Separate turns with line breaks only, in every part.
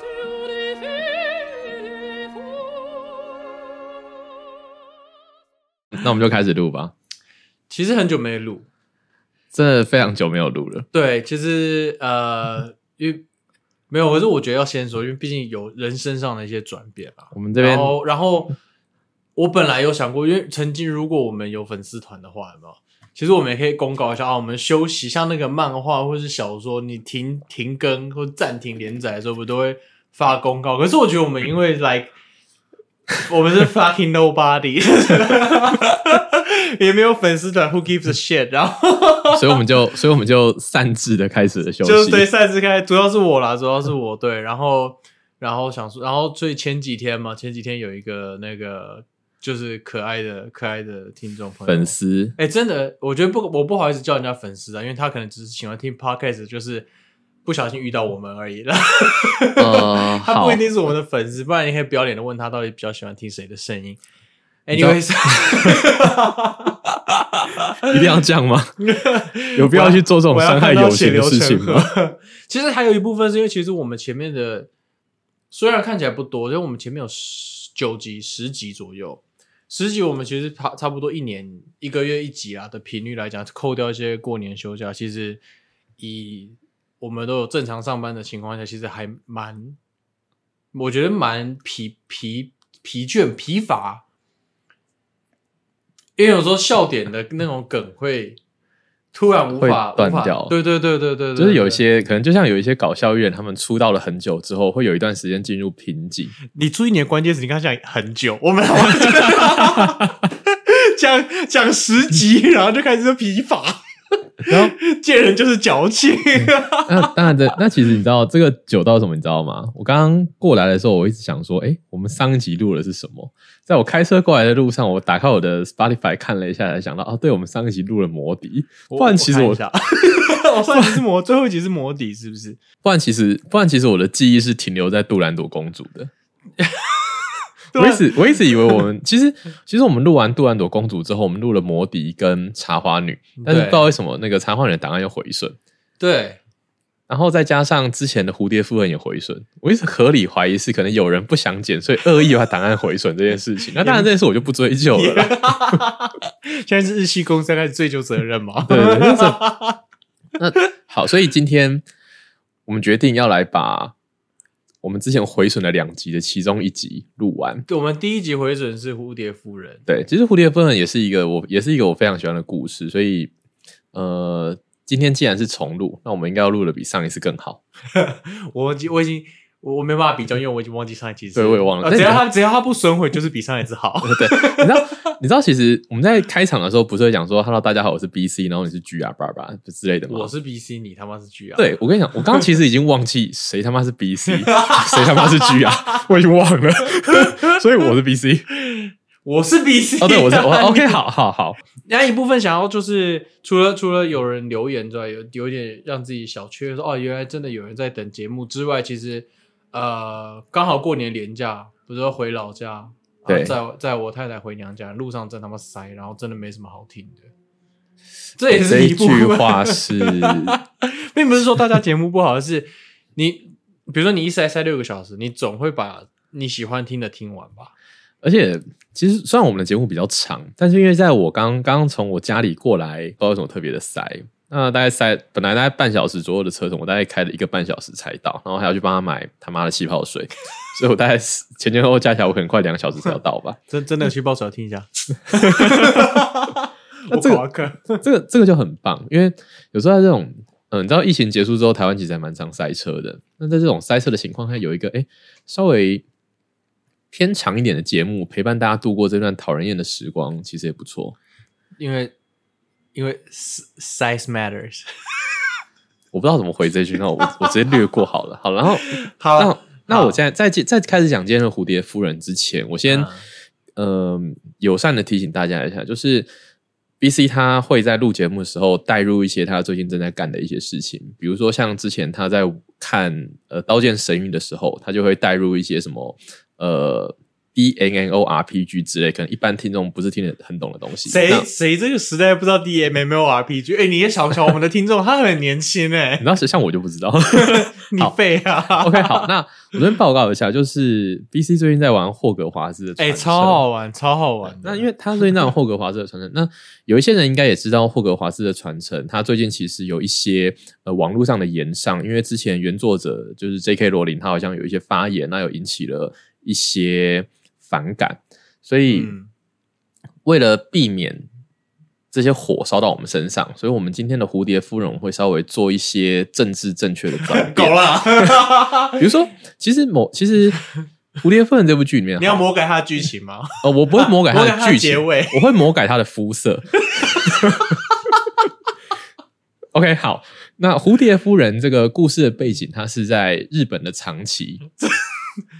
那我们就开始录吧。
其实很久没录，
真的非常久没有录了。
对，其实呃，因为没有，可是我觉得要先说，因为毕竟有人生上的一些转变啦。
我们这边
然后，然后我本来有想过，因为曾经如果我们有粉丝团的话，有没有？其实我们也可以公告一下啊，我们休息，像那个漫画或是小说，你停停更或暂停连载的时候，不都会发公告？可是我觉得我们因为 like 我们是 fucking nobody，也没有粉丝团，who gives a shit，然后
所以我们就，所以我们就擅自的开始了休
就是
息。
对赛制开，主要是我啦，主 要是我对，然后然后想说，然后所以前几天嘛，前几天有一个那个就是可爱的可爱的听众朋友
粉，丝
哎、真的，我觉得不我不好意思叫人家粉丝啊，因为他可能只是喜欢听 podcast，就是不小心遇到我们而 已啦，
呃，
他
好
不一，定是我们的粉丝，不然你可以不要脸的问他到底比较喜欢听谁的声音。
知道
Anyways，
一定要这样吗？有必要去做这种
我要
伤害
看到
友情
血
的
流
事
成
情吗？
河。 其实还有一部分是因为，其实我们前面的虽然看起来不多，因为我们前面有十九集、十集左右，十集我们其实差差不多一年一个月一集啊啦的频率来讲，扣掉一些过年休假，其实以我们都有正常上班的情况下，其实还蛮，我觉得蛮疲疲疲倦疲乏。因为有时候笑点的那种梗会突然无法
会断
无法
掉
对对对对对对，
就是有一
对
些可能，就像有一些搞笑艺人，他们出道了很久之后，会有一段时间进入瓶颈。
你注意你的关键词，你刚才讲很久，我 们讲讲十集，然后就开始说疲乏，
然后，
见人就是矫情。
那当然的，那其实你知道这个酒到什么，你知道吗？我刚刚过来的时候，我一直想说，哎、我们上一集录的是什么？在我开车过来的路上，我打开我的 Spotify 看了一下，才想到，哦，对，我们上一集录了摩迪。不然其实我
我看一下我上一集是魔，最后一集是魔底，是不是？
不然其实，不然其实我的记忆是停留在杜兰朵公主的。
对
我
啊
一直我一直以为我们其实其实我们录完杜兰朵公主之后，我们录了魔笛跟茶花女，但是不知道为什么那个茶花女的档案又回顺，
对，
然后再加上之前的蝴蝶夫人也回顺，我一直合理怀疑是可能有人不想剪，所以恶意把档案回顺这件事情。那当然这件事我就不追究了啦。
现在是日系公司在开始追究责任嘛？
对，那时候那好，所以今天我们决定要来把我们之前回损的两集的其中一集录完。
对，我们第一集回准是蝴蝶夫人，
对，其实蝴蝶夫人也是一个我也是一个我非常喜欢的故事，所以呃，今天既然是重录，那我们应该要录的比上一次更好。
我忘记我已经我我没办法比较，因为我已经忘记上一集是。
对我也忘了
呃
但你
只要 他只要他不损毁，就是比上一次好。
对，你知道你知道，其实我们在开场的时候不是会讲说 “Hello，大家好，我是 BC”，然后你是 G R 爸爸之类的吗？
我是 BC，你他妈是 G 啊？
对，我跟你讲，我刚刚其实已经忘记谁他妈是 BC，谁 他妈是 G 啊，我已经忘了， 所以我是 BC。
我是 BC。
哦，对，我是我 OK，好好好，
那一部分想要就是除了除了有人留言之外，有有点让自己小确说哦，原来真的有人在等节目之外，其实呃刚好过年连假，不是要回老家，啊
对
在在我太太回娘家路上真他妈塞，然后真的没什么好听的。这也
这
是
一
一部分
句话是，
并不是说大家节目不好，而是你比如说你一塞塞六个小时，你总会把你喜欢听的听完吧？
而且其实虽然我们的节目比较长，但是因为在我刚刚从我家里过来，不知道有什么特别的塞。那大概塞本来大概半小时左右的车程，我大概开了一个半小时才到，然后还要去帮他买他妈的气泡水，所以我大概是前前后后加起来，我可能快两个小时才要到吧。
真真的去报纸要听 一下。
那这个
个课
这个这个就很棒，因为有时候在这种，嗯、你知道疫情结束之后，台湾其实还蛮常塞车的。那在这种塞车的情况下，有一个哎、诶稍微偏长一点的节目陪伴大家度过这段讨人厌的时光，其实也不错。
因为因为 size matters。
我不知道怎么回这句，那我我直接略过好了。好，然后
好啊
那那
好
我现在在接在开始讲今天的蝴蝶夫人之前，我先
嗯
嗯、呃友善的提醒大家一下，就是 B C 他会在录节目的时候带入一些他最近正在干的一些事情，比如说像之前他在看呃《刀剑神域》的时候，他就会带入一些什么呃 D N N O R P G 之类，可能一般听众不是听得很懂的东西。
谁
那
谁这个时代不知道 D M M O R P G？哎、你也想想我们的听众，他很年轻哎、
你知道，像我就不知道。
你废 啊！
OK，好，那我这边报告一下，就是 B C 最近在玩霍格华兹的
哎、
传承，
超好玩，超好玩的。
那因为他最近在玩霍格华兹的传承，那有一些人应该也知道霍格华兹的传承，他最近其实有一些呃网络上的言上，因为之前原作者就是 J.K. 罗琳，他好像有一些发言，那有引起了一些反感，所以
嗯
为了避免这些火烧到我们身上，所以我们今天的蝴蝶夫人会稍微做一些政治正确的 转
狗
变，
啦！
比如说，其实某其实。蝴蝶夫人这部剧里面，
你要魔改啊它的剧情吗？
哦，我不会 魔改它
魔改它
的
的
剧
结
情，
尾
我会魔改它的肤色。OK，好，那蝴蝶夫人这个故事的背景，它是在日本的长 崎。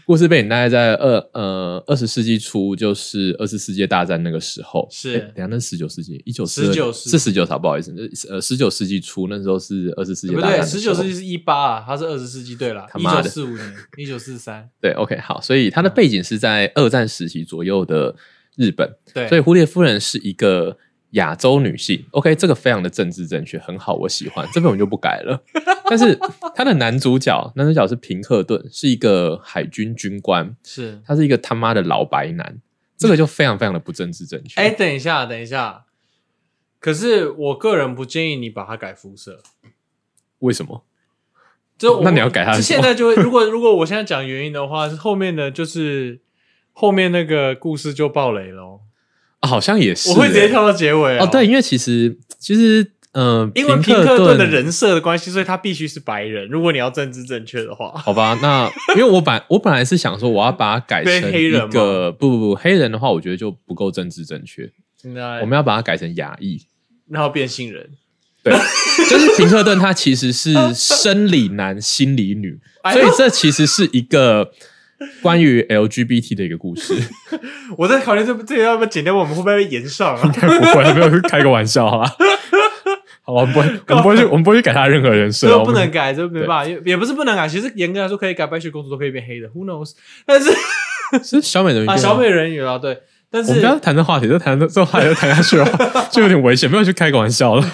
故事背景大概在二呃二十世纪初，就是二次世界大战那个时候。
是
诶等一下那十九世纪，一九
19世纪
是十九啥？不好意思，那呃十九世纪初那时候是二次世界
呃不
大战
对，
的时
十
候。
九世纪是一八啊，它是二十世纪对了，
他
一
妈
九
的
四 五年、一九四三，
对，OK，好，所以它的
嗯
背景是在二战时期左右的日本。
对，
所以蝴蝶夫人是一个亚洲女性。OK，这个非常的政治正确，很好，我喜欢。这边我们就不改了。 但是她的男主角，男主角是平克顿，是一个海军军官，
是。
他是一个他妈的老白男，这个就非常非常的不政治正确。
哎、等一下，等一下。可是我个人不建议你把它改肤色。
为什么？
这我
那你要改它
这
是什
现
么
在就会，如果如果我现在讲原因的话，后面的就是后面那个故事就爆雷喽。
啊好像也是、
我会直接
欸
跳到结尾、
哦，对，，因为其实其实。嗯，
因为
平
平
克
克顿的人设的关系，所以他必须是白人。如果你要政治正确的话，
好吧，那因为我本我本来是想说我要把它改
对
成
黑
一
人
个不不不黑人的话，我觉得就不够政治正确，
那
我们要把它改成亚裔。
然后变性人，
对，就是平克顿他其实是生理 男、心理女，
哎
所以这其实是一个关于 LGBT 的一个故事。
我在考虑这部这个要不要剪掉，我们会不会被延上啊？
不会，没有开个玩笑，好 吧？好，我们不会，我们不会去，我们不会去改他任何人设
这
哦
个不能改，这个没办法，也也不是不能改。其实严格来说，可以改白雪公主都可以变黑的，Who knows？但是
我们是小美人鱼
啊，
对吗
小美人鱼啊，对，但
啊我
是
们不要谈这话题，这谈这这话题就谈下去了，就有点危险，不要去开个玩笑了。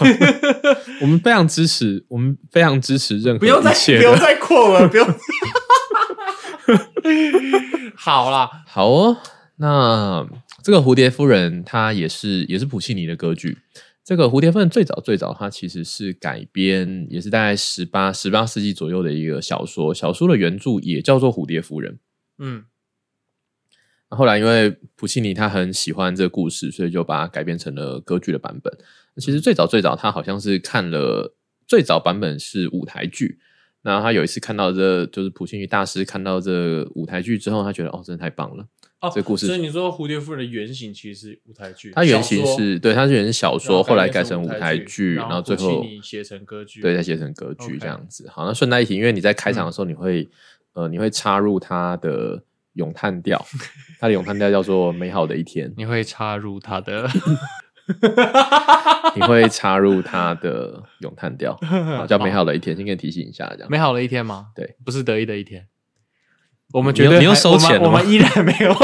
我们非常支持，我们非常支持任何
不用再
一
不
切
用
的。
再扩 了，不用。 好啦，
好哦，那这个蝴蝶夫人她也是也是普契尼的歌剧。这个蝴蝶夫人最早最早它其实是改编，也是大概十八十八世纪左右的一个小说，小说的原著也叫做《蝴蝶夫人》。
嗯，
后来因为普契尼他很喜欢这个故事，所以就把它改编成了歌剧的版本。其实最早最早他好像是看了最早版本是舞台剧，那他有一次看到这就是普契尼大师看到这舞台剧之后，他觉得哦，真的太棒了。
哦，
这故事
所以你说蝴蝶夫人的原型其实是舞台剧，
它原型
小说
是对，它是原型小
然
说，后来改
成
成舞
台
台剧，
然
然后最后
你写成歌剧，
对再写成歌剧
OK
这样子。好，那顺带一提，因为你在开场的时候，你会呃你会插入它的咏叹调， 它的咏叹调叫做《美好的一天》，
你会插入他的，
你会插入它的咏叹 调， 好叫《美好的一天》，先给你提醒一下，这样。
美好的一天吗？
对，
不是得意的一天。我们
你
绝
又
对
你又
还
收
我们
钱了
我
吗
们依然没有。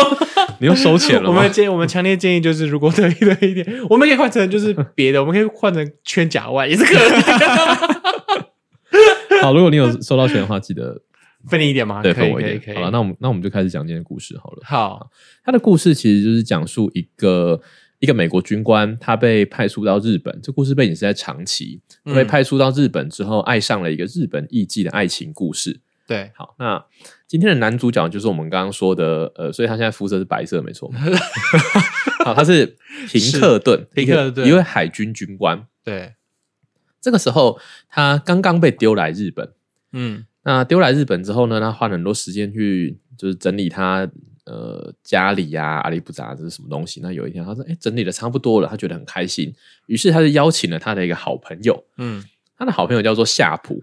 你又收 钱了
我
吗
们？建我们强烈建议就是，如果得意的一天，我们可以换成就是别的，我们可以换成圈甲外也是可 以的，
好，如果你有收到钱的话，记得
分你一点吗？
对
啊可
分
以
我一
可以可
点。
以。
好了，那我们那我们就开始讲今天的故事好了。
好，
他的故事其实就是讲述一个一个美国军官，他被派出到日本。这故事背景是在长崎，他被
嗯
派出到日本之后，爱上了一个日本艺妓的爱情故事。
对，
好，那今天的男主角就是我们刚刚说的，呃，所以他现在肤色是白色，没错 嘛。好，他是平克顿，
是
一个
平克顿
一位海军军官。
对，
这个时候，他刚刚被丢来日本，
嗯，
那丢来日本之后呢，他花了很多时间去就是整理他呃家里呀、阿里不杂这是什么东西。那有一天他说：“哎、整理的差不多了。”他觉得很开心，于是他就邀请了他的一个好朋友，
嗯，
他的好朋友叫做夏普。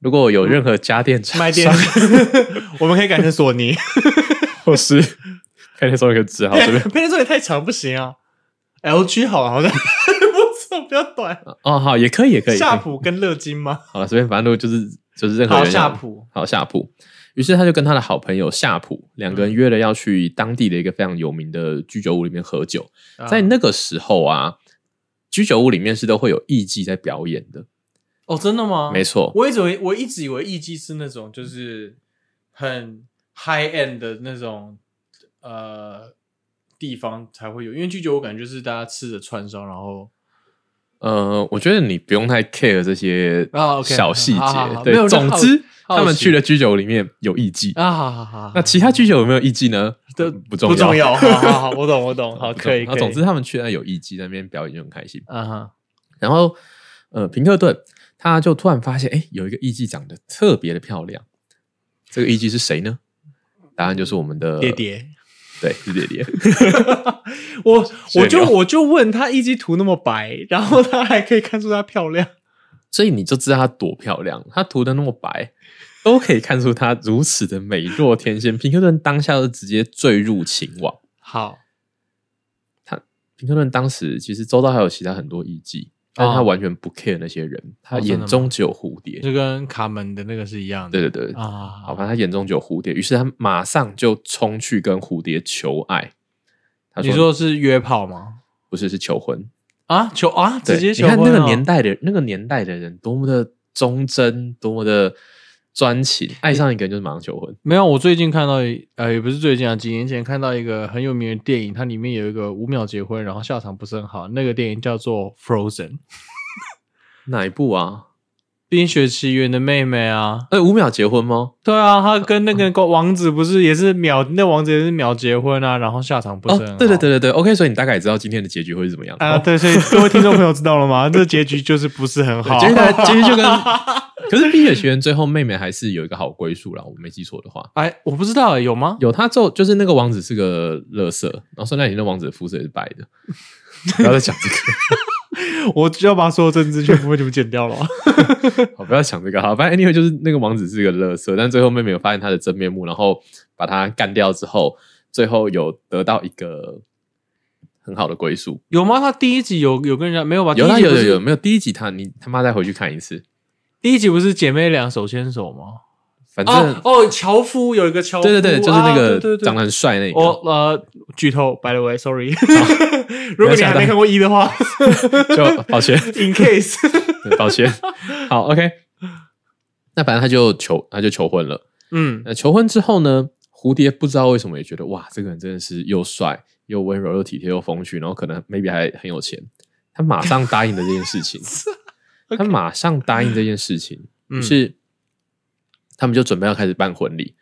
如果有任何家电厂
卖电
商，
我们可以改成索尼。
或 是开天说一个字，好这边
配色也太长不行啊。LG 好了，好像 不错，比较短。
哦，好也可以，也可以。
夏普跟乐金吗？
好了，随便，反正都就是就是任何
好，
人
夏普。
好夏普。于是他就跟他的好朋友夏普两个人约了要去当地的一个非常有名的居酒屋里面喝酒。
啊
在那个时候啊，居酒屋里面是都会有艺伎在表演的，
哦，真的吗？
没错。
我一直以为我一直以为艺伎是那种就是很 high end 的那种呃地方才会有，因为居酒屋感觉就是大家吃着串烧，然后
呃，我觉得你不用太 care 这些
啊，OK，
小细节。
好好好没有
对，
我就好
总之
好奇
他们去的居酒屋里面有艺伎。
啊，好好好，
那其他居酒屋有没有艺伎呢？
这
不重
不
要，
重要， 好好好，我懂我懂，好
哦不重
可以，
那
可以
总之他们去那有艺伎，在那边表演就很开心。
啊哈，
然后呃，平克顿他就突然发现，哎，有一个艺伎长得特别的漂亮。这个艺伎是谁呢？答案就是我们的
爹，爹，
对，是爹爹。
我我
水
就
牛
我就问他艺伎图那么白，然后他还可以看出她漂亮，
所以你就知道她多漂亮，她涂的那么白，都可以看出她如此的美若天仙。平克顿当下就直接坠入情网。
好，
平克顿当时其实周遭还有其他很多艺妓，但是他完全不 care 那些人，他
哦真的
眼
吗
中只有蝴蝶。
就跟卡门的那个是一样的，
对对对，
啊，
好，反正他眼中只有蝴蝶，于是他马上就冲去跟蝴蝶求爱。他
你说是约炮吗？
不是，是求婚。
啊，求啊，
对
直接求
你看那
婚
个
哦
年代的那个年代的人，多么的忠贞，多么的专情，爱上一个人就是马上求婚。
没有，我最近看到一，呃，也不是最近啊，几年前看到一个很有名的电影，它里面有一个五秒结婚，然后下场不是很好。那个电影叫做《Frozen》，
哪一部啊？
冰雪奇缘的妹妹啊。
哎，五秒结婚吗？
对啊，她跟那个王子不是也是秒，那王子也是秒结婚啊，然后下场不是
哦
很好。，
对对对对对，OK，所以你大概也知道今天的结局会是怎么样。
啊，
哦
对，所以各位听众朋友知道了吗？这结局就是不是很好。
对今天大家今天 就跟，可是《冰雪奇缘》最后妹妹还是有一个好归宿啦，我没记错的话。
哎，我不知道、有吗？
有她之后，就是那个王子是个乐色，然后圣诞节那王子的肤色也是白的。 不要再讲这个，
我就要把所有政治全部为你们剪掉了。
好，不要讲这个，好，反正 anyway 就是那个王子是个乐色，但最后妹妹有发现他的真面目，然后把他干掉之后，最后有得到一个很好的归宿。
有吗？他第一集有有跟人家没有吧？
有
哦第
啦
一集
有
不
有
是
有，没有第一集他你他妈再回去看一次，
第一集不是姐妹俩手牵手吗？
反正、
哦哦，樵夫有一个樵夫，
对对对，就是
啊
那
对对
个
对
长得很帅那
我
个，
呃剧透，by the way，sorry，如果你还没看过一的话
就抱歉，
，in case，
对抱歉。好，OK。那反正他就求，他就求婚了。
嗯，
那呃求婚之后呢，蝴蝶不知道为什么也觉得哇，这个人真的是又帅又温柔又体贴又风趣，然后可能 maybe 还很有钱。他马上答应了这件事 情，他马上答应这件事情，于
啊嗯
是他们就准备要开始办婚礼。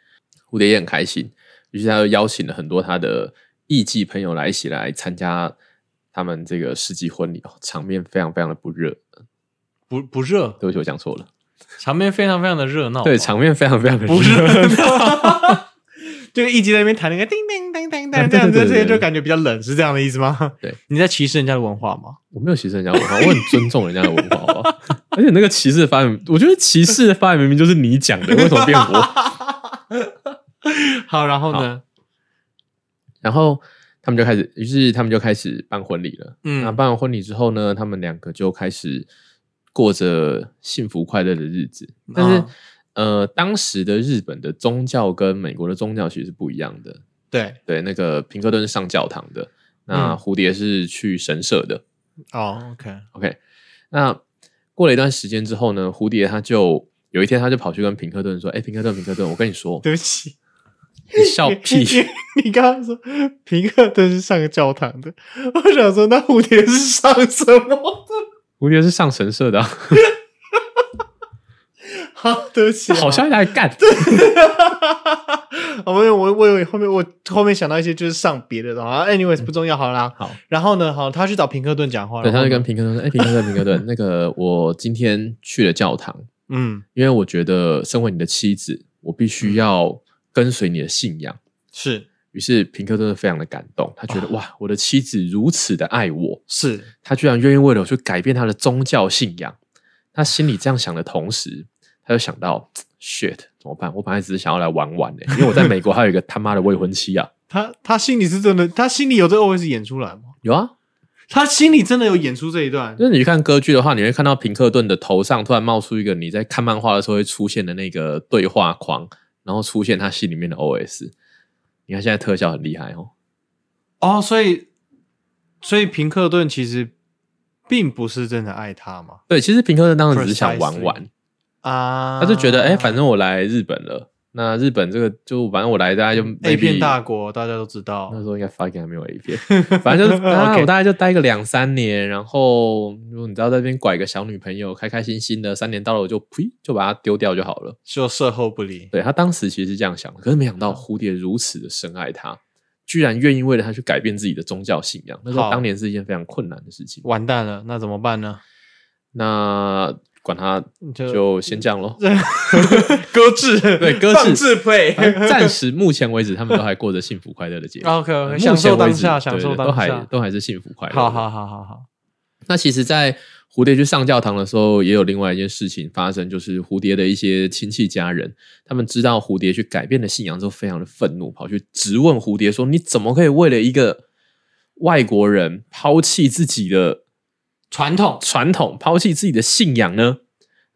蝴蝶也很开心，于是他就邀请了很多他的艺妓朋友来一起来参加他们这个世纪婚礼，哦场面非常非常的不热。
不不热，
对不起，我讲错了。
场面非常非常的热闹，
对，场面非常非常的
哦不是
热。
就是一直在那边弹那个叮叮叮叮叮这样子，这些就感觉比较冷，是这样的意思吗？
对，
你在歧视人家的文化吗？
我没有歧视人家文化，我很尊重人家的文化，好不好？ 而且那个歧视的发言，我觉得歧视的发言明明就是你讲的，为什么变我？
好，然后呢？
然后他们就开始，于是他们就开始办婚礼了。
嗯
那办完婚礼之后呢，他们两个就开始过着幸福快乐的日子。但是，
啊
呃，当时的日本的宗教跟美国的宗教其实是不一样的。
对，
对，那个平克顿是上教堂的，那
嗯
蝴蝶是去神社的。
哦，OK，
OK，那过了一段时间之后呢，蝴蝶它就有一天，它就跑去跟平克顿说：“哎、平克顿，平克顿，我跟你说，
对不起，
你笑 屁！
你你你刚刚说平克顿是上个教堂的，我想说那蝴蝶是上什么
蝴蝶是上神社的啊、
的？好，对不起、啊，
好 像来干。
我我我我以为后面我后面想到一些就是上别的，然后 anyways 不重要，好啦。
好，
然后呢，好，他去找平克顿讲话，
嗯对，
然
他
后
就
呢
跟平克顿说：“哎、平克顿，平克顿，那个我今天去了教堂，
嗯
因为我觉得身为你的妻子，我必须要跟随你的信仰。”
是
于是平克顿非常的感动，他觉得哇，我的妻子如此的爱我，
是
他居然愿意为了我去改变他的宗教信仰。他心里这样想的同时，他就想到 shit 怎么办？我本来只是想要来玩玩的、因为我在美国还有一个他妈的未婚妻啊，
他他心里是真的，他心里有这 OS 演出来吗？
有啊。
他心里真的有演出这一段
就是你去看歌剧的话，你会看到平克顿的头上突然冒出一个你在看漫画的时候会出现的那个对话框，然后出现他心里面的 OS。你看现在特效很厉害哦，
哦，所以所以平克顿其实并不是真的爱他嘛，
对，其实平克顿当时只是想玩
Precisely
玩，
啊，
他就觉得哎、反正我来日本了，那日本这个就反正我来大家就
A 片
maybe- 嗯
大国大家都知道
那，时候应该 fucking 还没有 A 片， 反 正就是啊，
OK
我大概就待个两三年，然后如果你知道在那边拐个小女朋友，开开心心的，三年到了我就呸，就把它丢掉就好了。
就售后不理，
对他当时其实是这样想的，可是没
嗯
想到蝴蝶如此的深爱他，居然愿意为了他去改变自己的宗教信仰。那时候
好
当年是一件非常困难的事情。
完蛋了，那怎么 办呢？
那管他
就
就先这样 喽。
搁置，
对搁置
放置 play
反 正暂时目前为止，他们都还过着幸福快乐的节奏。
OK，, o
目
k 哦享受
前为
当
止
下，
对
享
对
受
都
当
还
下。
都还是幸福快乐的。
好好好好好，
那其实，在蝴蝶去上教堂的时候，也有另外一件事情发生，就是蝴蝶的一些亲戚家人，他们知道蝴蝶去改变了信仰之后，非常的愤怒，跑去质问蝴蝶说：“你怎么可以为了一个外国人抛弃自己的
传统
传统，抛弃自己的信仰呢？”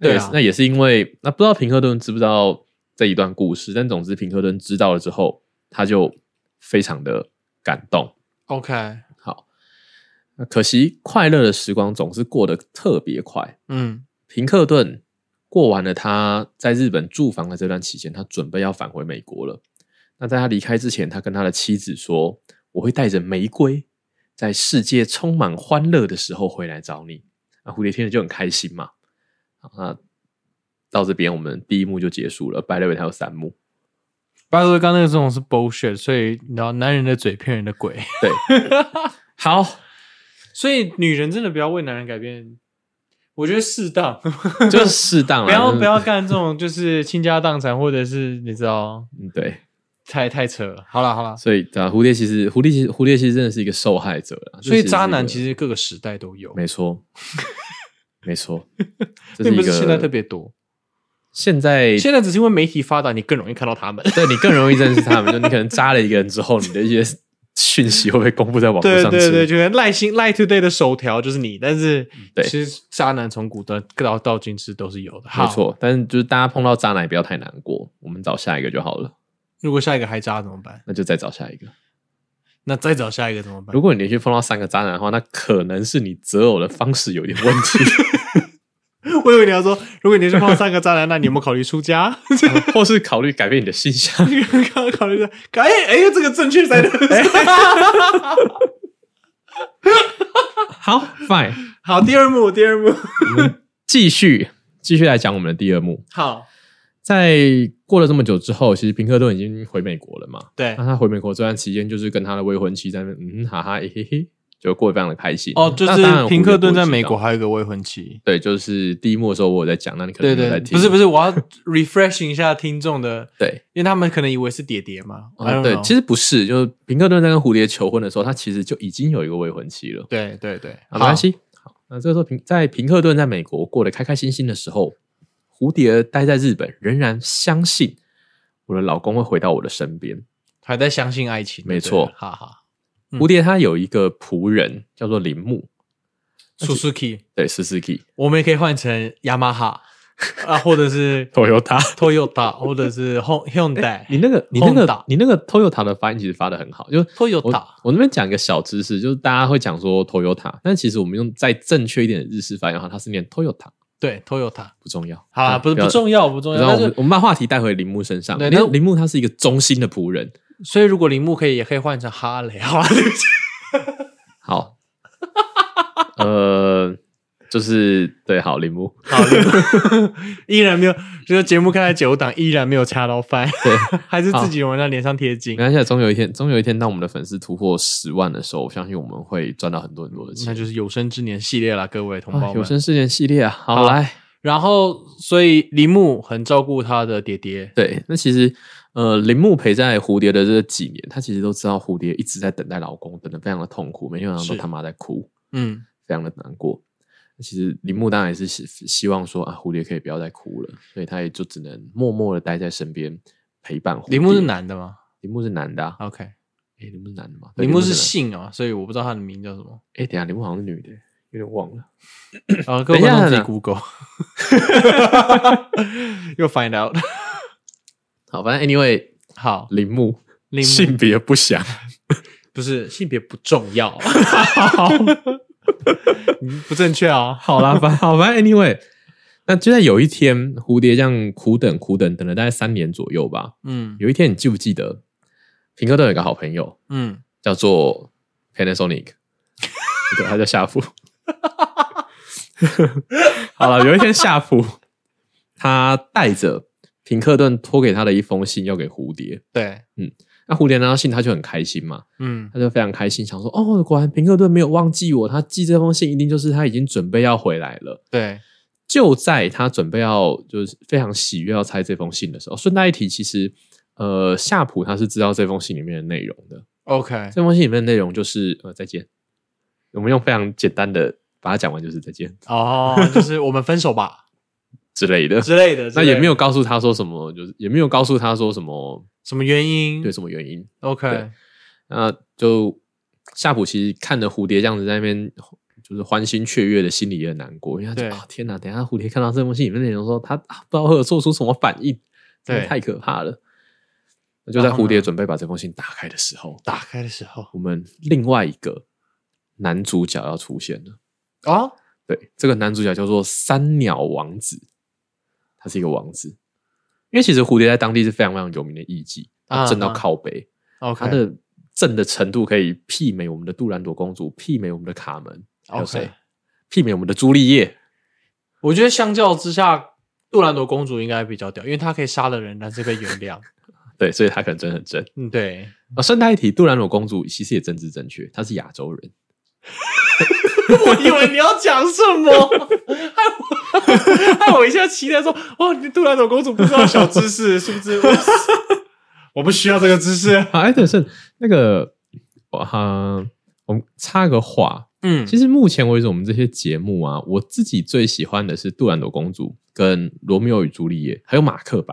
对啊
那也是因为那不知道平克顿知不知道这一段故事，但总之平克顿知道了之后，他就非常的感动。
OK，
好，那可惜快乐的时光总是过得特别快。
嗯，
平克顿过完了他在日本住房的这段期间，他准备要返回美国了。那在他离开之前，他跟他的妻子说：“我会带着玫瑰，在世界充满欢乐的时候回来找你。”那蝴蝶听了就很开心嘛。好，那到这边我们第一幕就结束了。白 y 伟他有三幕，
巴哥刚那个这种是 bullshit，所以你知道男人的嘴骗人的鬼，
对，好，
所以女人真的不要为男人改变，我觉得适当，
就是适当啦，
不要
就是
不要，干这种就是倾家荡产，或者是你知道
嗯对。
太太扯了。好了好了，
所以啊，蝴蝶其实蝴蝶其实蝴蝶其实真的是一个受害者啦
所以渣男其
实
实各个时代都有，
没错， 没错，这
并
一
不
个
是现在特别多，
现在
现在只是因为媒体发达，你更容易看到他们。
对你更容易认识他们，就你可能扎了一个人之后，你的一些讯息会被公布在网络
对
上
对对，
去。
就跟赖星赖 Today 的首条就是你，但是
对
嗯其实渣男从古到到到今世都是有的。好
没，错，但是就是大家碰到渣男也不要太难过，我们找下一个就好了，
如果下一个还渣怎么办？
那就再找下一个。
那再找下一个怎么办
如？果你连续碰到三个渣男的话，那可能是你择偶的方式有点问题，
我以为你要说，如果你是碰上个渣男，那你有没有考虑出家？
或是考虑改变你的性向。
刚刚考虑的，哎哎，这个正确才对。
好，fine，
好，第二幕，第二幕，
继续继续来讲我们的第二幕。
好，
在过了这么久之后，其实平克顿已经回美国了嘛。
对
那，他回美国这段期间，就是跟他的未婚妻在那边，嗯哈哈，嘿嘿嘿，就过得非常的开心。
哦，就
那当然
是平克顿在美
我也不知道。
国还有一个未婚妻。
对，就是第一幕的时候我有在讲，那你可能
对
没有
对
在，听。
不是不是，我要 refresh 一下听众的，
对，
因为他们可能以为是爹爹嘛。I
啊
don't
对，
know
其实不是，就是平克顿在跟蝴蝶求婚的时候，他其实就已经有一个未婚妻了。
对对对，
啊，没关系。好，那这个时候平在平克顿在美国过得开开心心的时候，蝴蝶待在日本，仍然相信我的老公会回到我的身边。
还在相信爱情，
没错
对哈哈。嗯
蝴蝶它有一个仆人叫做铃木，
Suzuki，
对，Suzuki
我们也可以换成 Yamaha 啊， 或者是
Toyota。
Toyota，或者是 Hon-
你
Hyundai，Toyota。
那哎个，你那
Honda
个，你那个 Toyota 的发音其实发的很好，就是我我那边讲一个小知识，就是大家会讲说 Toyota，但其实我们用再正确一点的日式发音的话，它是念 Toyota，
对，Toyota。
不重要。
好啦，
啊
不是
要
不重要，不重要。
然后
但
我们
是，
我们把话题带回铃木身上。
对
铃
但是
铃木他是一个忠心的仆人。
所以如果铃木可以，也可以换成哈雷。 好啦，对不起。
好，呃，就是对，好，铃木，
好，铃木依然没有，就是节目开了九档，依然没有掐到饭，
对，
还是自己往他脸上贴
没
金。
关系啊，总有一天，总有一天，当我们的粉丝突破十万的时候，我相信我们会赚到很多很多的
那
钱。
就是有生之年系列啦，各位同
啊
胞
有
们。
声事件系列啊，好
好
来，
然后，所以铃木很照顾他的爹爹。
对，那其实呃，铃木陪在蝴蝶的这几年，她其实都知道蝴蝶一直在等待老公，等的非常的痛苦，每天晚上都
是
他妈在哭，
嗯，
非常的难过。那其实铃木当然也是希希望说啊，蝴蝶可以不要再哭了，所以她也就只能默默的待在身边陪伴蝴蝶。
铃木是，男的吗
铃木是男的、啊，
？OK，
诶，铃木是男的吗？对
铃木是
男的
姓啊，所以我不知道他的名叫什 么。
诶，等一下铃木好像是女的，有点忘了。
啊，各
等
位
一下
观众自己
呢
Google，又 find out。
好，反正 anyway，
好，
铃木
另
性别不详，
不是性别不重 要，嗯不正确啊。
好啦，反好吧，anyway，那就在有一天，蝴蝶这样苦等苦等等了大概三年左右吧。
嗯
有一天，你记不记得，平克顿有一个好朋友
嗯，
叫做 Panasonic，对，他叫夏普。 好了，有一天夏普他带着平克顿托给他的一封信要给蝴蝶，
对，
那蝴蝶拿到信他就很开心嘛，
嗯
他就非常开心，想说哦，果然平克顿没有忘记我，他寄这封信一定就是他已经准备要回来了。
对，
就在他准备要就是非常喜悦要拆这封信的时候，顺带一提，其实呃夏普他是知道这封信里面的内容的。
OK，
这封信里面的内容就是呃再见，我们用非常简单的把它讲完，就是再见
哦，就是我们分手吧
之类的。
之类的，之
那
类的
也没有告诉他说什么，就是也没有告诉他说什么
什么原因。
对什么原因。对
OK，
那就夏普其实看着蝴蝶这样子在那边，就是欢欣雀跃的，心里也很难过，因为他觉得
对
啊、天哪！等一下蝴蝶看到这封信里面内容的时候，他、啊、不知道会有做出什么反应，真的
对
太可怕了。那就在
然后
蝴
呢
蝶准备把这封信打开的时候，
打开的时候
我们另外一个男主角要出现了。
哦，
对，这个男主角叫做三鸟王子，他是一个王子。因为其实蝴蝶在当地是非常非常有名的艺妓，他震到
啊哈
靠北。
OK，
它的正的程度可以媲美我们的杜兰朵公主，媲美我们的卡门，还有
OK
谁？媲美我们的朱丽叶，
我觉得相较之下，杜兰朵公主应该比较屌，因为她可以杀了人，但是被原谅。
对，所以她可能真的很正
嗯，对，
啊。顺带一提，杜兰朵公主其实也政治正确，她是亚洲人，
我以为你要讲什 么，害我害我一下期 待说，哦，你杜兰朵公主不知道小知识，是不是？ 我我不需要这个知识。
好，哎，等是那个，我哈、我们插个话。
嗯
其实目前为止，我们这些节目啊，我自己最喜欢的是《杜兰朵公主》跟《罗密欧与朱丽叶》，还有《马克白》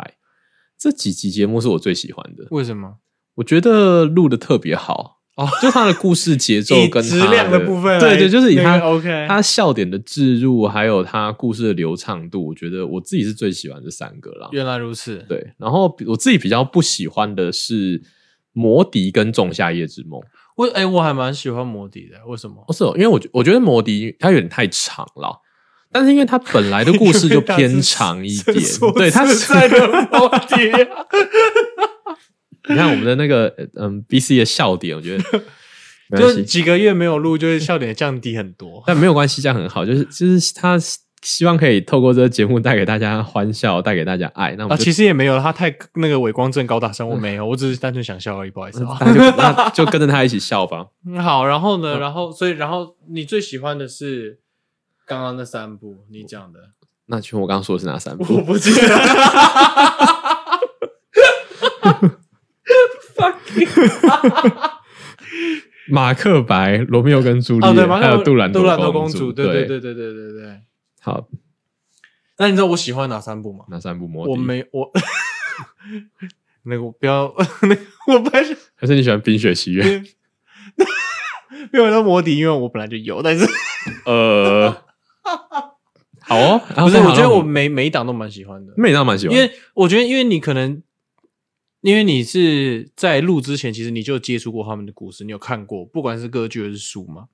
这几集节目是我最喜欢的。
为什么？
我觉得录的特别好
哦
就他的故事节奏跟
质
他
量的部分来，
对对，就是以
那
他、
个 OK，
他笑点的置入，还有他故事的流畅度，我觉得我自己是最喜欢这三个啦。
原来如此。
对，然后比我自己比较不喜欢的是《魔笛》跟《仲夏夜之梦》，
我哎、我还蛮喜欢摩迪的，为 什么
不？是哦，因为我觉我觉得《魔笛》它有点太长了。但是因为它本来的故事就偏长一 点，对它
他
是
在的摩迪，啊
你看我们的那个呃嗯 B C 的笑点，我觉得 没关
就
系
几个月没有录，就是笑点降低 很多。啊
但没有关系，这样很好。就是就是他希望可以透过这个节目带给大家欢笑，带给大家爱。那我嗯
啊，
们就、
其实也没有，他太那个伪光正高大上，我没有，我只是单纯想笑而已，不好意思 啊。
那就那就跟着他一起笑吧。
嗯好，然后呢，然后所以然后你最喜欢的是刚刚那三部你讲的，
那 请问我刚刚说的是哪三
我
部？
不记得。
马克白、罗密欧跟朱丽
哦，
叶，
对，马
还
上
有杜兰
杜兰朵
公
主，
对
对对对对对对对。
好，
那你知道我喜欢哪三部吗？
哪三部魔笛？
我没我。 那个我不要， 那个我不是
还是你喜欢《冰雪奇 缘》？
没有到摩迪，因为我本来就有，但是
呃，好哦，然后
不是，
再好
我觉得
那
我每每一档都蛮喜欢的，
每张蛮喜欢，
因为我觉得，因为你可能，因为你是在录之前，其实你就接触过他们的故事，你有看过，不管是歌剧还是书嘛。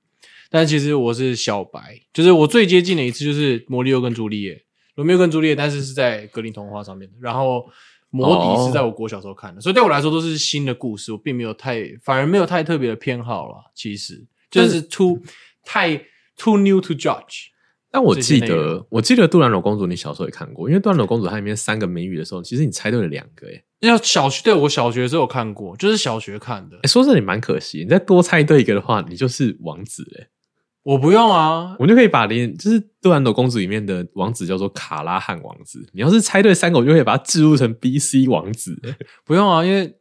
但其实我是小白，就是我最接近的一次就是《摩利欧跟朱丽叶》，《罗密欧跟朱丽叶》，但是是在格林童话上面的。然后《摩
哦
迪》是在我国小时候看的，所以对我来说都是新的故事，我并没有太，反而没有太特别的偏好啦。其实就
但
是 too 太 too new to judge。
但我
这些
记
内容
得我记得杜兰朵公主，你小时候也看过，因为杜兰朵公主它里面三个谜语的时候，其实你猜对了两个、欸，
要小学对我小学的时候有看过，就是小学看的
欸，说这里蛮可惜，你再多猜对一个的话，你就是王子嘞、
我不用啊
我，们就可以把连就是《杜兰朵公主》里面的王子叫做卡拉汉王子。你要是猜对三个，我就可以把它置入成 B C 王 子。
不用啊，因为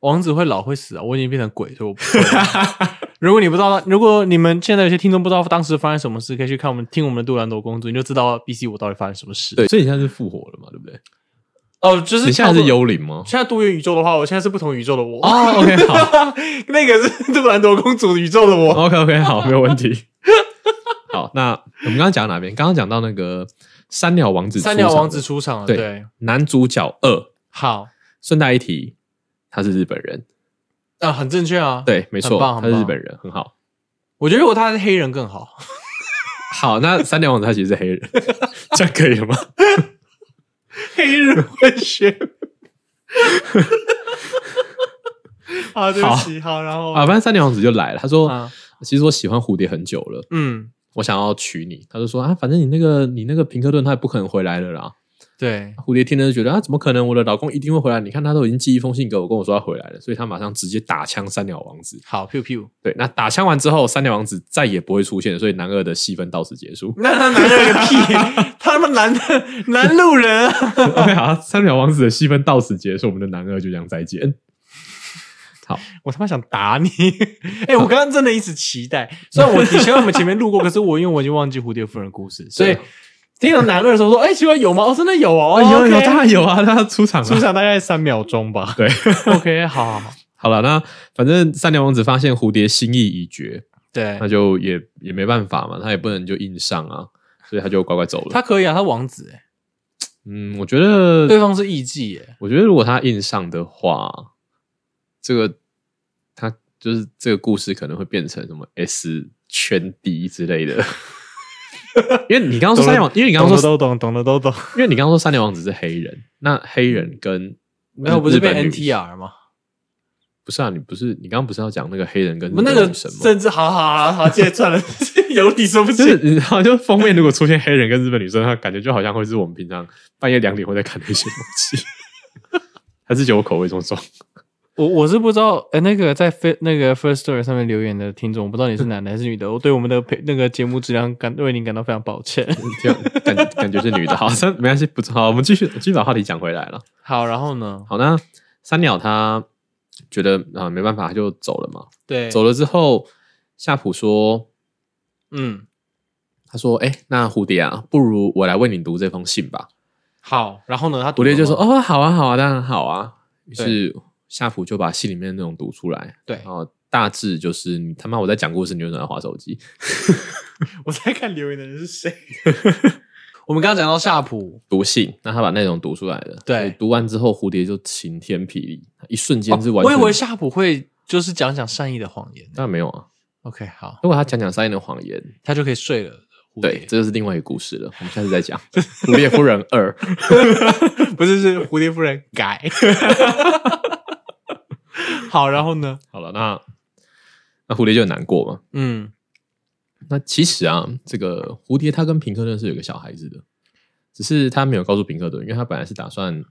王子会老会死啊，我已经变成鬼，所以我不会啊如果你不知道，如果你们现在有些听众不知道当时发生什么事，可以去看我们听我们的杜兰朵公主，你就知道 B C 我到底发生什么事。
对，，所以你现在是复活了嘛，对不对？
哦，就是
你现在是
有
幽灵吗？
现在多元宇宙的话，我现在是不同宇宙的我。
哦，OK，好
那个是杜兰朵公主宇宙的我。
，OK OK，好，没有问题。好，那我们刚刚讲到哪边？刚刚讲到那个三鸟王子，
三鸟王子，出啊，很正确啊。，
对，没错
很棒，很
他
棒
是日本人，很好。
我觉得如果他是黑人更好。
好，那三点王子他其实是黑人， 这样可以吗？
黑人会学。 好，对不起，好，然后
啊，反正三点王子就来了，他说：“
啊
其实我喜欢蝴蝶很久了，
嗯，
我想要娶你。”他就说：“啊，反正你那个你那个平克顿他也不可能回来了啦。”
对，
蝴蝶听了就觉得啊，怎么可能？我的老公一定会回来。你看他都已经寄一封信给我，跟我说他回来了，所以他马上直接打枪三鸟王子。
好，pew pew。。
对，那打枪完之后，三鸟王子再也不会出现，所以男二的戏份到此结束
那他男人个 屁，他们男的男路人啊！
OK，好，三鸟王子的戏份到此结束，我们的男二就这样再见。
我他妈想打你！ 哎、我刚刚真的一直期待，虽然我以前我们前面路过，可是我因为我已经忘记蝴蝶夫人的故 事，所以听到男二的时候说：“哎、奇怪有吗？”哦，真的有哦，
哦，有有，
他
当然有啊，他出场了。
出场大概三秒钟吧。
对
OK，好好好，
好了，那反正三鸟王子发现蝴蝶心意已决，
对
那，就也也没办法嘛，他也不能就硬上啊，所以他就乖乖走了。
他可以啊，他王子、哎，
嗯，我觉得
对方是艺妓、哎耶。
我觉得如果他硬上的话，这个他就是这个故事可能会变成什么 S 圈 D 之类 的。因为你刚刚说三鸟王，因为你刚刚说，
都懂，懂的都懂。
因为你刚刚说三鸟王子是黑人，那黑人跟
没有，不是
日
被啊
本女
NTR 吗？
不是啊，你不是你刚刚不是要讲那个黑人跟日
我们那
本
个
女神吗？
甚至 好好好好，现在算了， 有理说不
就
清
是。你知道，就封面如果出现黑人跟日本女生，他感觉就好像会是我们平常半夜两点会在看的一些东西， 还是觉得我口味重重。
我我是不知道，呃，那个在 f 那个 First Story 上面留言的听众，我不知道你是男的还是女的，我对我们的陪那个节目质量感为您感到非常抱歉。
嗯这样感感觉是女的，好，三没关系，不好，我们继续继续把话题讲回来了。
好，然后呢？
好，那三鸟他觉得啊、没办法，他就走了嘛。
对，
走了之后，夏普说，
嗯，
他说，哎、那蝴蝶啊，不如我来为你读这封信吧。
好，然后呢？他
蝴蝶就说，
哦，
哦，好啊，好啊，当然好啊。于
对
是夏普就把信里面的内容读出来，
对
然后大致就是你他妈我在讲故事，你为什么要划手机？
我在看留言的人是 谁。我们刚刚讲到夏普，
读信，那他把内容读出来了。
对
所以读完之后，蝴蝶就晴天霹雳，一瞬间是
哦
完
我以
全。
为夏普会就是讲讲善意的谎言。
当然没有啊，
OK，好，
如果他讲讲三言的谎言，
他就可以睡了。蝴
对
蝶，
这就是另外一个故事了。我们下次再讲《蝴蝶夫人二》。
不是是蝴蝶夫人改。 好，然后呢？
好了，那那蝴蝶就很难过嘛。
嗯，
那其实啊，这个蝴蝶他跟平克顿是有个小孩子的，只是他没有告诉平克顿，因为他本来是打算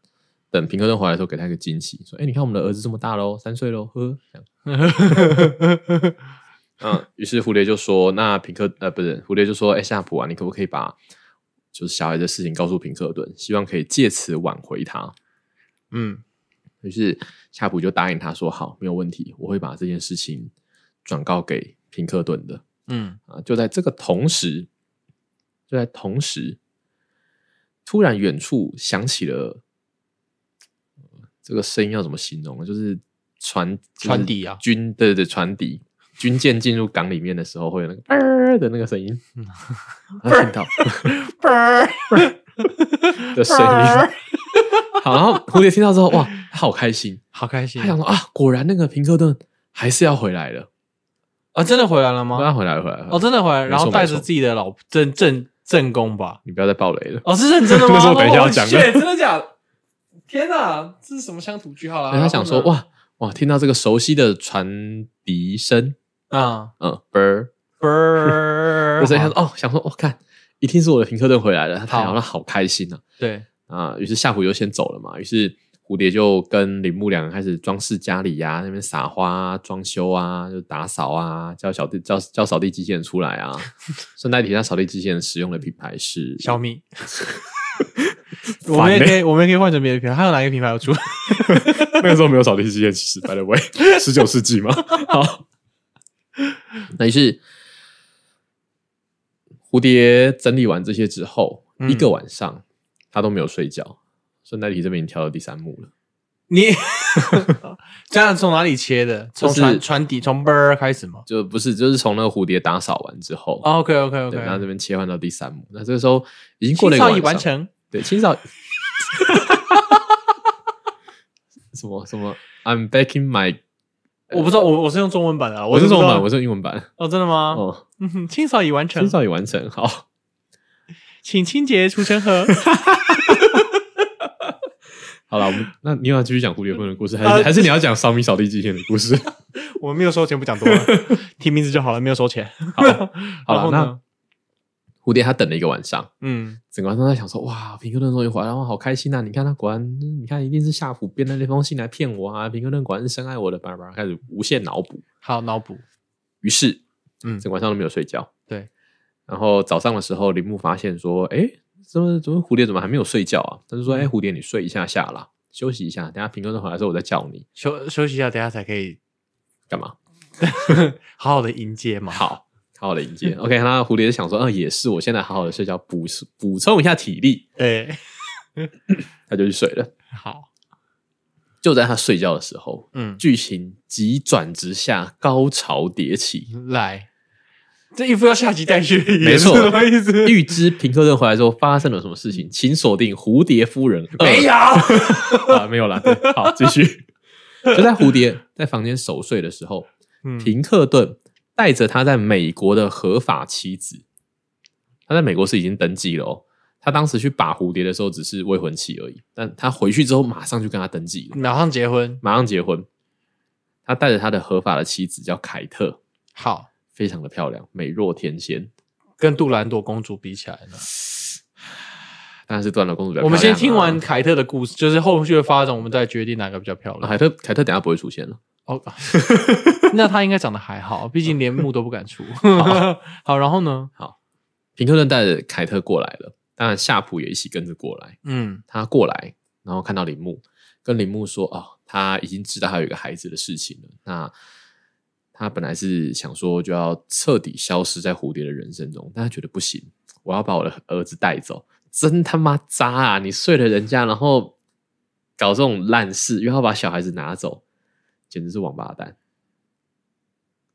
等平克顿回来的时候给他一个惊喜，说：“哎、你看我们的儿子这么大喽，三岁喽，呵。”这样。嗯，于是蝴蝶就说：“那平克呃，不是蝴蝶就说，哎、夏普啊，你可不可以把就是小孩的事情告诉平克顿，希望可以借此挽回他。”
嗯，
于是夏普就答应他说：“好，没有问题，我会把这件事情转告给平克顿的。
嗯，”
啊，就在这个同时，就在同时，突然远处响起了、呃这个声音，要怎么形容呢？就是船就是
船底啊
军对对对，船底军舰进入港里面的时候会有那个“啵”的那个声音，
嗯
然后听到的声音。好，然后蝴蝶听到之后，哇，他好开心。
好开心
他想说啊，果然那个平克顿还是要回来了，
啊！真的回来了
对
吗？
他回来了回来了回来了
哦，真的回来，然后带着
没错
自己的老正正正宫吧。
你不要再爆雷了。
哦，是认真的 吗？
这是我等一下要讲的
哦，shit，真的假的？天哪，这是什么乡土剧？好了，
所以他想说
然后呢，
哇哇，听到这个熟悉的船笛声，
啊，
嗯，bird，
啵 儿，
我在想说哦，想说我、看，一定是我的平克顿回来了，他太
好
好了，好开心啊
对，
啊！于是夏普就先走了嘛，于是蝴蝶就跟铃木两人开始装饰家里呀、那边撒花、啊、装修啊，就打扫啊，叫小弟叫叫扫地机器人出来 啊，顺带提一下，扫地机器人使用的品牌是
小米。 我们也可以，我们也可以换成别的品牌，还有哪一个品牌要出？
那个时候没有扫地机器人，其实 by the way，十九世纪嘛。 好，那于是蝴蝶整理完这些之后，
嗯
一个晚上他都没有睡觉。顺带提这边已经跳到第三幕了，
你 这样从哪里切的？从
就是
船船底从啵儿开始吗啊
就不是就是从那个蝴蝶打扫完之后，
？OK OK
对，然后
OK，
这边切换到第三幕。那这个时候已经过了一个晚
已
上，
完成。
对，清扫。什么什么？I'm baking my
我不知道，我我是用中文版的啊，
我
是
是中文版，
不
我
知
是英文版。
道哦，真的吗？
哦，
嗯哼，清扫已完成
至，少也完成。好，
请清洁除 尘盒。
好了，我们 那你有要继续讲蝴蝶夫人的故事，还是、
呃
还是你要讲扫米扫地机器人的故 事？
我们没有收钱，不讲多了，提名字就好了，没有收钱。
好，好
然
了，
后
那
呢？
蝴蝶他等了一个晚上，
嗯，
整个晚上在想说，哇，平克顿终于回来了，哇，好开心啊！你看他果然，嗯你看一定是夏普编的那封信来骗我啊！平克顿果然是深爱我的，叭叭，开始无限脑补。
好，脑补。
于是，
嗯
整晚上都没有睡觉。
对，
然后早上的时候，铃木发现说，哎，怎么怎么蝴蝶怎么还没有睡觉啊？他就说，哎，
嗯
蝴蝶你睡一下下啦，休息一下，等下平克顿回来之后我再叫你，
休休息一下，等一下才可以
干嘛？
好好的迎接嘛。
好好好的迎接。OK，那蝴蝶就想说，嗯、也是，我现在好好的睡觉，补补充一下体力，
哎、
他就去睡了。
好，
就在他睡觉的时候，
嗯，
剧情急转直下，高潮迭起。
来，这一副要下集待续，
没错
什么意思？
预知平克顿回来之后发生了什么事情，请锁定《蝴蝶夫人二》。
嗯没有，
啊，没有啦。对，好，继续。就在蝴蝶在房间熟睡的时候，
嗯
平克顿带着他在美国的合法妻子，他在美国是已经登记了哦。他当时去把蝴蝶的时候只是未婚妻而已，但他回去之后马上就跟他登记了，
马上结婚，
马上结婚。他带着他的合法的妻子叫凯特，
好，
非常的漂亮，美若天仙，
跟杜兰朵公主比起来呢？
当然是断了公主比较漂亮啊。
我们先听完凯特的故事，就是后续的发展，我们再决定哪个比较漂
啊
亮。
凯特，凯特等一下不会出现了。
哦， 那她应该长得还好，毕竟连幕都不敢 出。好然后呢？
平克顿带着凯特过来了，当然夏普也一起跟着过来。
嗯
他过来，然后看到铃木，跟铃木说：“哦，他已经知道他有一个孩子的事情了。那他本来是想说就要彻底消失在蝴蝶的人生中，但他觉得不行，我要把我的儿子带走，真他妈渣啊！你睡了人家，然后搞这种烂事，又要把小孩子拿走，简直是王八蛋。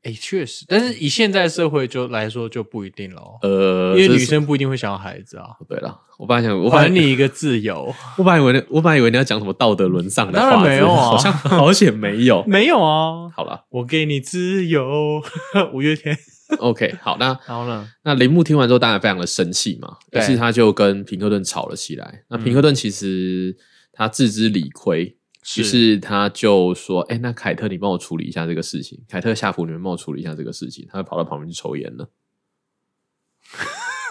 哎，确实，但是以现在社会就来说就不一定了哦，
呃，
因为
这
女
是哦
生不一定会想要孩子啊。
对了，我本来想，我本来
还你一个自由，
我本来以为你我本来以为你要讲什么道德沦丧的
当
话，
然没有啊
好像好险没有。
没有啊，
好了
我给你自由。 五月天，
，OK，好，那
然后呢？
那铃木听完之后，当然非常的生气嘛，于
对嗯
是他就跟平克顿吵了起来。那平克顿其实他自知理亏，于是他就说：“哎、那凯特，你帮我处理一下这个事情。凯特夏普，你们帮我处理一下这个事情。”他就跑到旁边去抽烟了。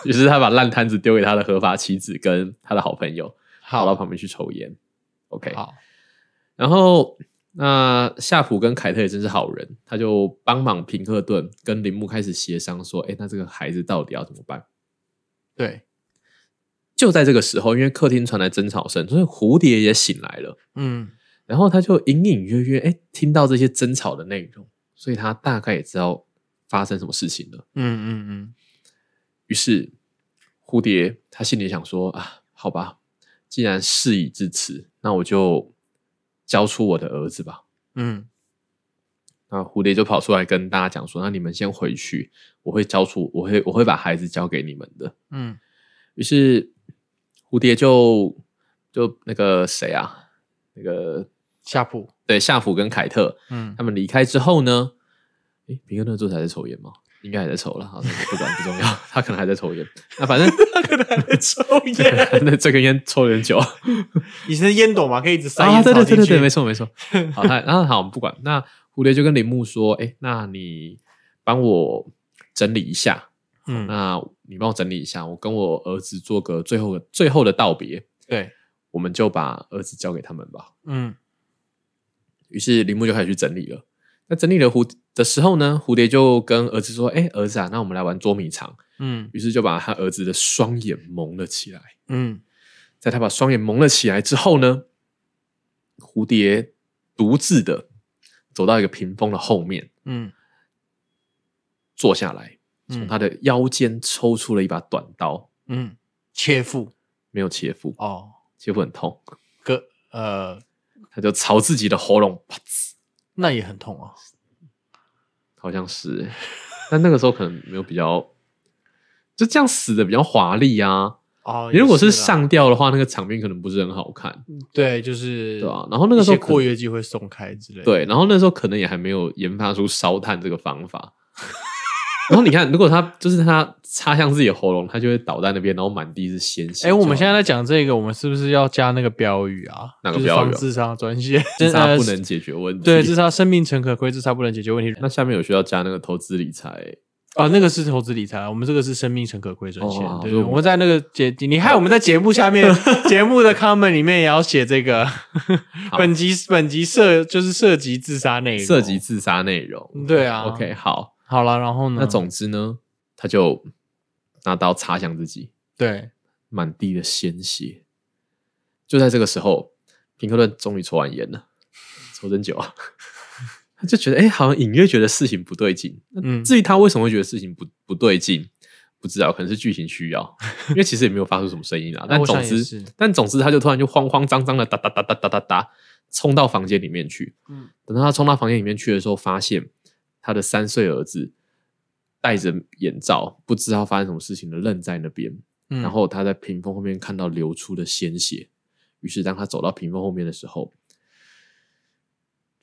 于是他把烂摊子丢给他的合法妻子跟他的好朋友，跑到
好
旁边去抽烟。OK，
好，
然后那夏普跟凯特也真是好人，他就帮忙平克顿跟铃木开始协商说，哎，那这个孩子到底要怎么办？
对，
就在这个时候，因为客厅传来争吵声，所以蝴蝶也醒来了。
嗯，
然后他就隐隐约约哎听到这些争吵的内容，所以他大概也知道发生什么事情了。
嗯嗯嗯，
于是蝴蝶他心里想说啊，好吧，既然事已至此，那我就交出我的儿子吧。
嗯，
那蝴蝶就跑出来跟大家讲说：“那你们先回去，我会交出，我会我会把孩子交给你们的。
嗯，”
于是蝴蝶就就那个谁啊，那个
夏普，
对夏普跟凯特
嗯
他，们离开之后呢，诶，平克顿这时候还在抽烟吗？应该还在抽了，好，那不管不重要，他可能还在抽烟。那反正
他可能还在抽
那这根烟抽了很久。
以前的烟斗嘛，可以一直塞
啊，
烟
对
草
对
进去。
对对对，没错没错。好，那那好，我们不管。那蝴蝶就跟铃木说：“哎，那你帮我整理一下，
嗯，
那你帮我整理一下，我跟我儿子做个最后的最后的道别，
对，
我们就把儿子交给他们吧。”
嗯
于是铃木就开始去整理了。那整理了蝴的时候呢，蝴蝶就跟儿子说：“哎，儿子啊，那我们来玩捉迷藏。”
嗯
于是就把他儿子的双眼蒙了起来。
嗯，
在他把双眼蒙了起来之后呢，蝴蝶独自的走到一个屏风的后面
嗯，
坐下来，
嗯
从他的腰间抽出了一把短刀，
嗯，切腹
没有切腹，
哦，
切腹很痛，
哥，呃，
他就朝自己的喉咙，啪呲
那也很痛啊。
好像是 欸，但那个时候可能没有比较，就这样死的比较华丽啊。
哦，
你如果
也
是
啦
上吊的话，那个场面可能不是很好看，
对，就是
对啊然后那个时候
一些
可
括约肌会松开之类的，
对。然后那时候可能也还没有研发出烧炭这个方法。 然后你看，如果他就是他插向自己的喉咙，他就会倒在那边，然后满地是鲜血。
哎、我们现
在
在在讲这个，我们是不是要加那个标语啊？
哪个
就是
标语啊
防自杀专线，
自杀
呃
不能解决问题。
对自杀，生命诚可贵，自杀不能解决问 题。
那下面有需要加那个投资理财，
啊，那个是投资理财，我们这个是生命诚可贵专线。
哦
对，
就
对我们在那个节，你看我们在节目 下面节目的 comment 里面也要写这个，
好
本集本集涉就是涉及自杀内容，
涉及自杀内容。
对啊
OK，好，
好了，然后呢？
那总之呢，他就拿刀插向自己，
对，
满地的鲜血。就在这个时候，平克顿终于抽完烟了，抽真久啊。 他就觉得，哎、好像隐约觉得事情不对劲。
嗯
至于他为什么会觉得事情不不对劲，不知道，可能是剧情需要， 因为其实也没有发出什么声音啊。但
我想
总
也
之
是，
但总之，他就突然就慌慌张张的哒哒哒哒哒哒哒冲到房间里面去。
嗯
等到他冲到房间里面去的时候，发现他的三岁儿子戴着眼罩，不知道发生什么事情的愣在那边。
嗯
然后他在屏风后面看到流出的鲜血，于是当他走到屏风后面的时候，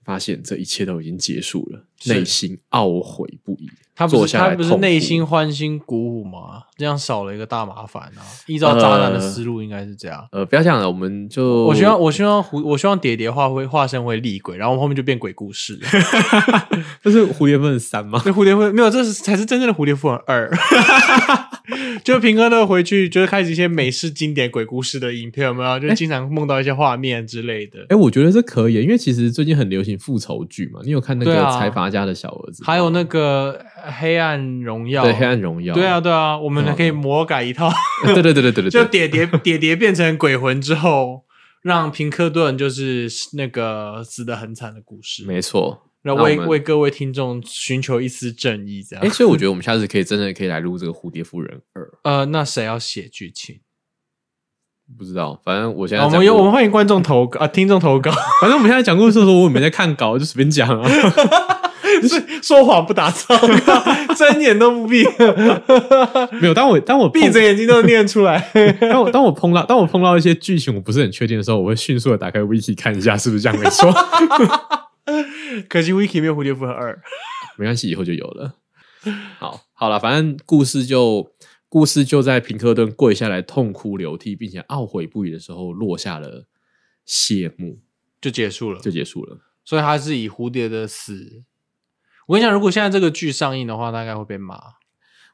发现这一切都已经结束了，
是
内心懊悔不已。
他不
坐
是
下来
他不是
痛哭
内心欢欣鼓舞吗？这样少了一个大麻烦啊！依照渣男的思路，应该是这样。
呃，不要这样了，呃我们就
我希望，我希望胡，我希望蝶蝶化会化身为厉鬼，然后后面就变鬼故事。
这是蝴蝶梦三 吗？
那蝴蝶会没有，这是才是真正的蝴蝶夫人二。 就平哥乐回去，就是开始一些美式经典鬼故事的影片，有没有？就经常梦到一些画面之类的。
哎哎、我觉得这可以，因为其实最近很流行复仇剧嘛。你有看那
对
个
啊
财阀家的小儿子吗？
还有那个呃黑暗荣耀，
对《黑暗荣耀》哦
对啊，，对啊，我们可以魔改一套。
对对对对对对
就
对，
蝶蝶蝶蝶变成鬼魂之后，让平克顿就是那个死的很惨的故事，
没错。
然
那
后
我
为
们
为各位听众寻求一丝正义，这样。
哎、所以我觉得我们下次可以真的可以来录这个《蝴蝶夫人二》，
呃，那谁要写剧情？哦
不知道，反正我现在
我
讲
们有
故
我们欢迎观众投稿啊、听众投稿，
反正我们现在讲故事的时候，我也没在看稿，就随便讲啊。
是说谎不打草稿，睁眼都不闭，
没有，当我当我碰
闭着，眼睛都念出来。
当我当我碰到当我碰到一些剧情我不是很确定的时候，我会迅速的打开 wiki 看一下是不是这样没错。
可惜 Wiki 没有蝴蝶夫人二，
没关系，以后就有了。好，好了，反正故事就故事就在平克顿跪下来痛哭流涕，并且懊悔不已的时候落下了谢幕，
就结束了。
就结束了。
所以他是以蝴蝶的死。我跟你讲，如果现在这个剧上映的话，大概会被骂。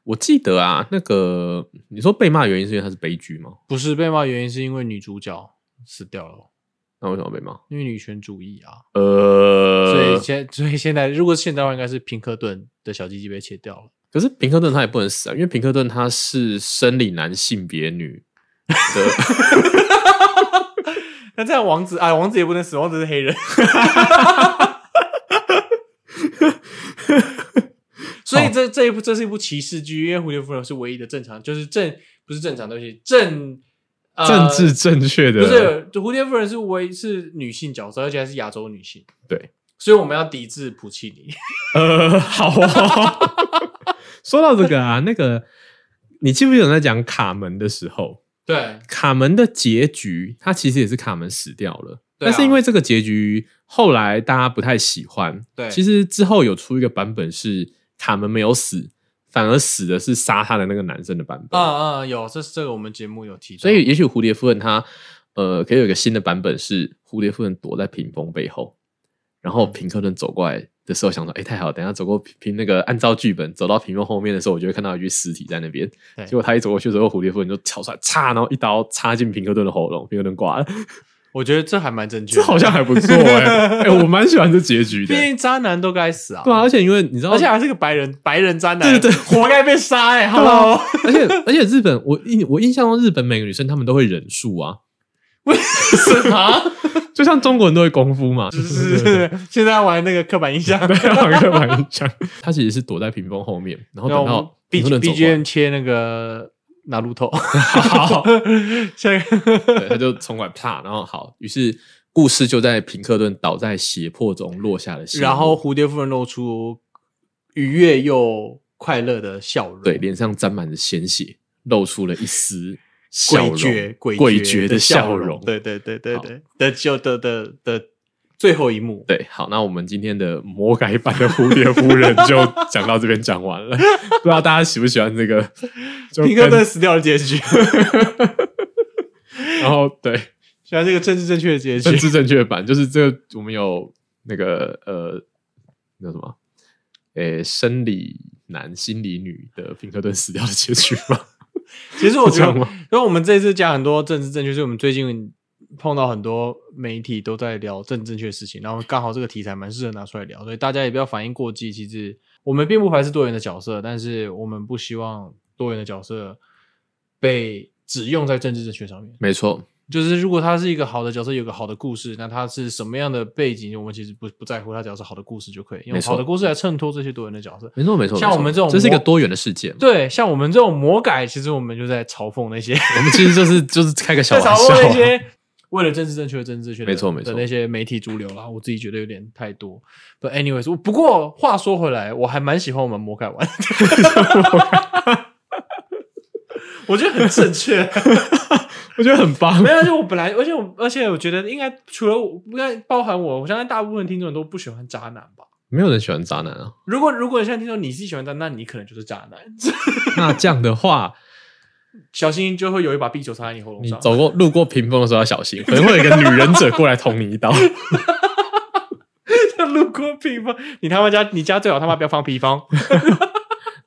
我记得啊，那个你说被骂原因是因为它是悲剧吗？
不是被骂，原因是因为女主角死掉了，
那为什么被骂？
因为女权主义啊。
呃，
所以现所以现在，如果是现在的话，应该是平克顿的小鸡鸡被切掉了。
可是平克顿他也不能死啊，因为平克顿他是生理男性别女 的，
那这样王子啊，王子也不能死，王子是黑人。 所以这这一部这是一部歧视剧，因为蝴蝶夫人是唯一的正常，就是正不是正常东西，正、呃、
政治正确的，
不是，就蝴蝶夫人是唯是女性角色，而且还是亚洲女性。
对，
所以我们要抵制普契尼。
呃， 好哦。说到这个啊，那个你记不记得我在讲卡门的时候，
对，
卡门的结局，他其实也是卡门死掉了，
对啊
但是因为这个结局后来大家不太喜欢，
对
其实之后有出一个版本是卡门没有死，反而死的是杀他的那个男生的版本，
嗯嗯，有这这个我们节目有提到，
所以也许蝴蝶夫人她呃，可以有一个新的版本是蝴蝶夫人躲在屏风背后，然后平克顿走过来的时候想说，哎、太好了，等一下走过屏那个按照剧本走到屏幕后面的时候，我就会看到一具尸体在那边
对。
结果他一走过去的时候，蝴蝶夫人就跳出来，嚓，然后一刀插进平克顿的喉咙，平克顿挂了。
我觉得这还蛮正确
这
的，
好像还不错哎、哎、我蛮喜欢这结局的、
毕竟渣男都该死啊，
对啊，而且因为你知道，
而且还是个白人白人渣男，
对对对
活该被杀哎、欸、
对啊
，Hello，
而且而且日本，我印我印象中日本每个女生她们都会忍术啊，
是啊，
就像中国人都会功夫 嘛，
是是是，现在玩那个刻板印象，
对，马克板枪，他其实是躲在屏风后面，然后
然
等
后我们
到
B
平克顿走
B
过
G
来
M 切那个拿路头，
好，
下一个
对，他就冲过来啪，然后好，于是故事就在平克顿倒在胁迫中落下了血，
然后蝴蝶夫人露出愉悦又快乐的笑容，
对脸上沾满了鲜血，露出了一丝笑
诡
容，
谲
诡
诡
谲的
的
笑容
容，对对对对
好
对的就的的的最后一幕，
对，好，那我们今天的魔改版的蝴蝶夫人就讲到这边讲完了， 不知道大家喜不喜欢这个？就
平克
跟
顿死掉的结局，
然后对
喜欢这个政治正确的结
政
局，
治正确版，就是这个我们有那个呃那叫什么？诶，生理男、心理女的平克顿死掉的结局吗？
其 实我觉
这样
得
吗，
因为我们这次讲很多政治正确，是我们最近碰到很多媒体都在聊政治正确的事情，然后刚好这个题材蛮适合拿出来聊，所以大家也不要反应过激。其实我们并不排斥多元的角色，但是我们不希望多元的角色被只用在政治正确上面。
没错，
就是如果他是一个好的角色，有个好的故事，那他是什么样的背景，我们其实不不在乎，他只要是好的故事就可以，用
没错
好的故事来衬托这些多元的角色。
没错，没错。
像
没错
我们这种
这是一个
魔
多元的世界嘛。
对，像我们这种魔改，其实我们就在嘲讽那些，
我们其实就是就是开个小
在
玩
嘲
笑
讽
啊、
那些为了政治正确、政治正确的，
没错没错
的那些媒体主流啦，我自己觉得有点太多。But anyways，我不过话说回来，我还蛮喜欢我们魔改玩， 我觉得很 正确。
我觉得很棒
没。有，而且我本来，而且我，而且我觉得应该除了我，应该包含我，我相信大部分听众都不喜欢渣男吧。
没有人喜欢渣男啊。
如果如果现在听众你是喜欢渣，那你可能就是渣男，
那这样的 话，
小心就会有一把匕首插在你喉咙
你
上。
走过路过屏风的时候要小心，可能会有一个女忍者过来捅你一 刀。
路过平方，你他妈家你家最好他妈不要放平方。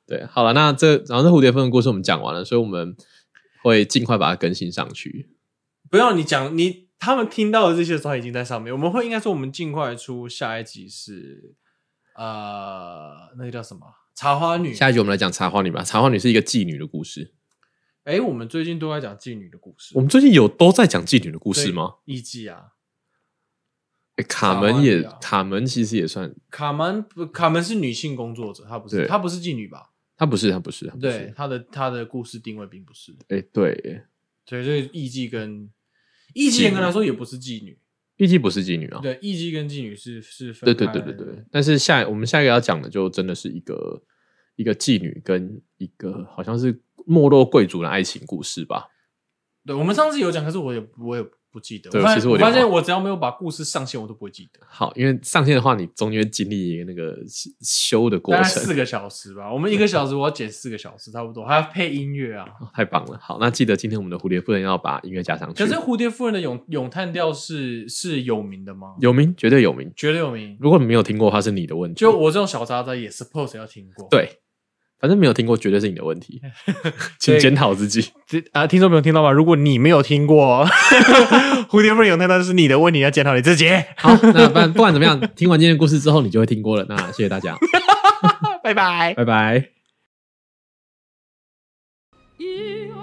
对，好了，那这然后这蝴蝶峰的故事我们讲完了，所以我们会尽快把它更新上去。
不要你讲你，他们听到的这些都已经在上面。我们会应该说，我们尽快出下一集是呃，那个叫什么茶花女。
下一集我们来讲茶花女吧。茶花女是一个妓女的故事。
哎、我们最近都在讲妓女的故事，
我们最近有都在讲妓女的故事吗？
艺妓啊，
诶卡
茶花
门
女
也
啊，
卡门其实也算，
卡门不，卡门是女性工作者，她不是，
对
她不是妓女吧？
她不是，她不是，她不
对，
是。
她的她的故事定位并不是，
哎，对，诶
对，所以艺妓跟艺妓严格来说也不是妓女，
预计不是妓女啊。
对，艺妓跟妓女是是分
对对
开
对
来
对
的
对。但是下我们下一个要讲的就真的是一个一个妓女跟一个好像是没落贵族的爱情故事吧。
对，我们上次有讲，可是我也我也不记得。
对
我发现
其实我
我
有点
发现
忘
我只要没有把故事上线，我都不会记得。
好，因为上线的话，你中间会经历一个那个修修的过
大概四
程，
个小时吧，我们一个小时我要剪四个小时，差不多还要配音乐啊。
哦太棒了。好，那记得今天我们的蝴蝶夫人要把音乐加上去。
可是蝴蝶夫人的咏咏叹调是是有名的吗？，
有名，绝对有名。
绝对有名。
如果你没有听过，它是你的问题。
就我这种小渣渣也 suppose 要听过。，
对，反正没有听过，绝对是你的问题，请
对
检讨自己。
这啊，听众朋友听到吗？如果你没有听过 蝴蝶夫人咏叹调，是你的问题，要检讨你自己。
好，那不然不管怎么样，听完今天的故事之后，你就会听过了。那谢谢大 家，
拜拜。
拜拜。
You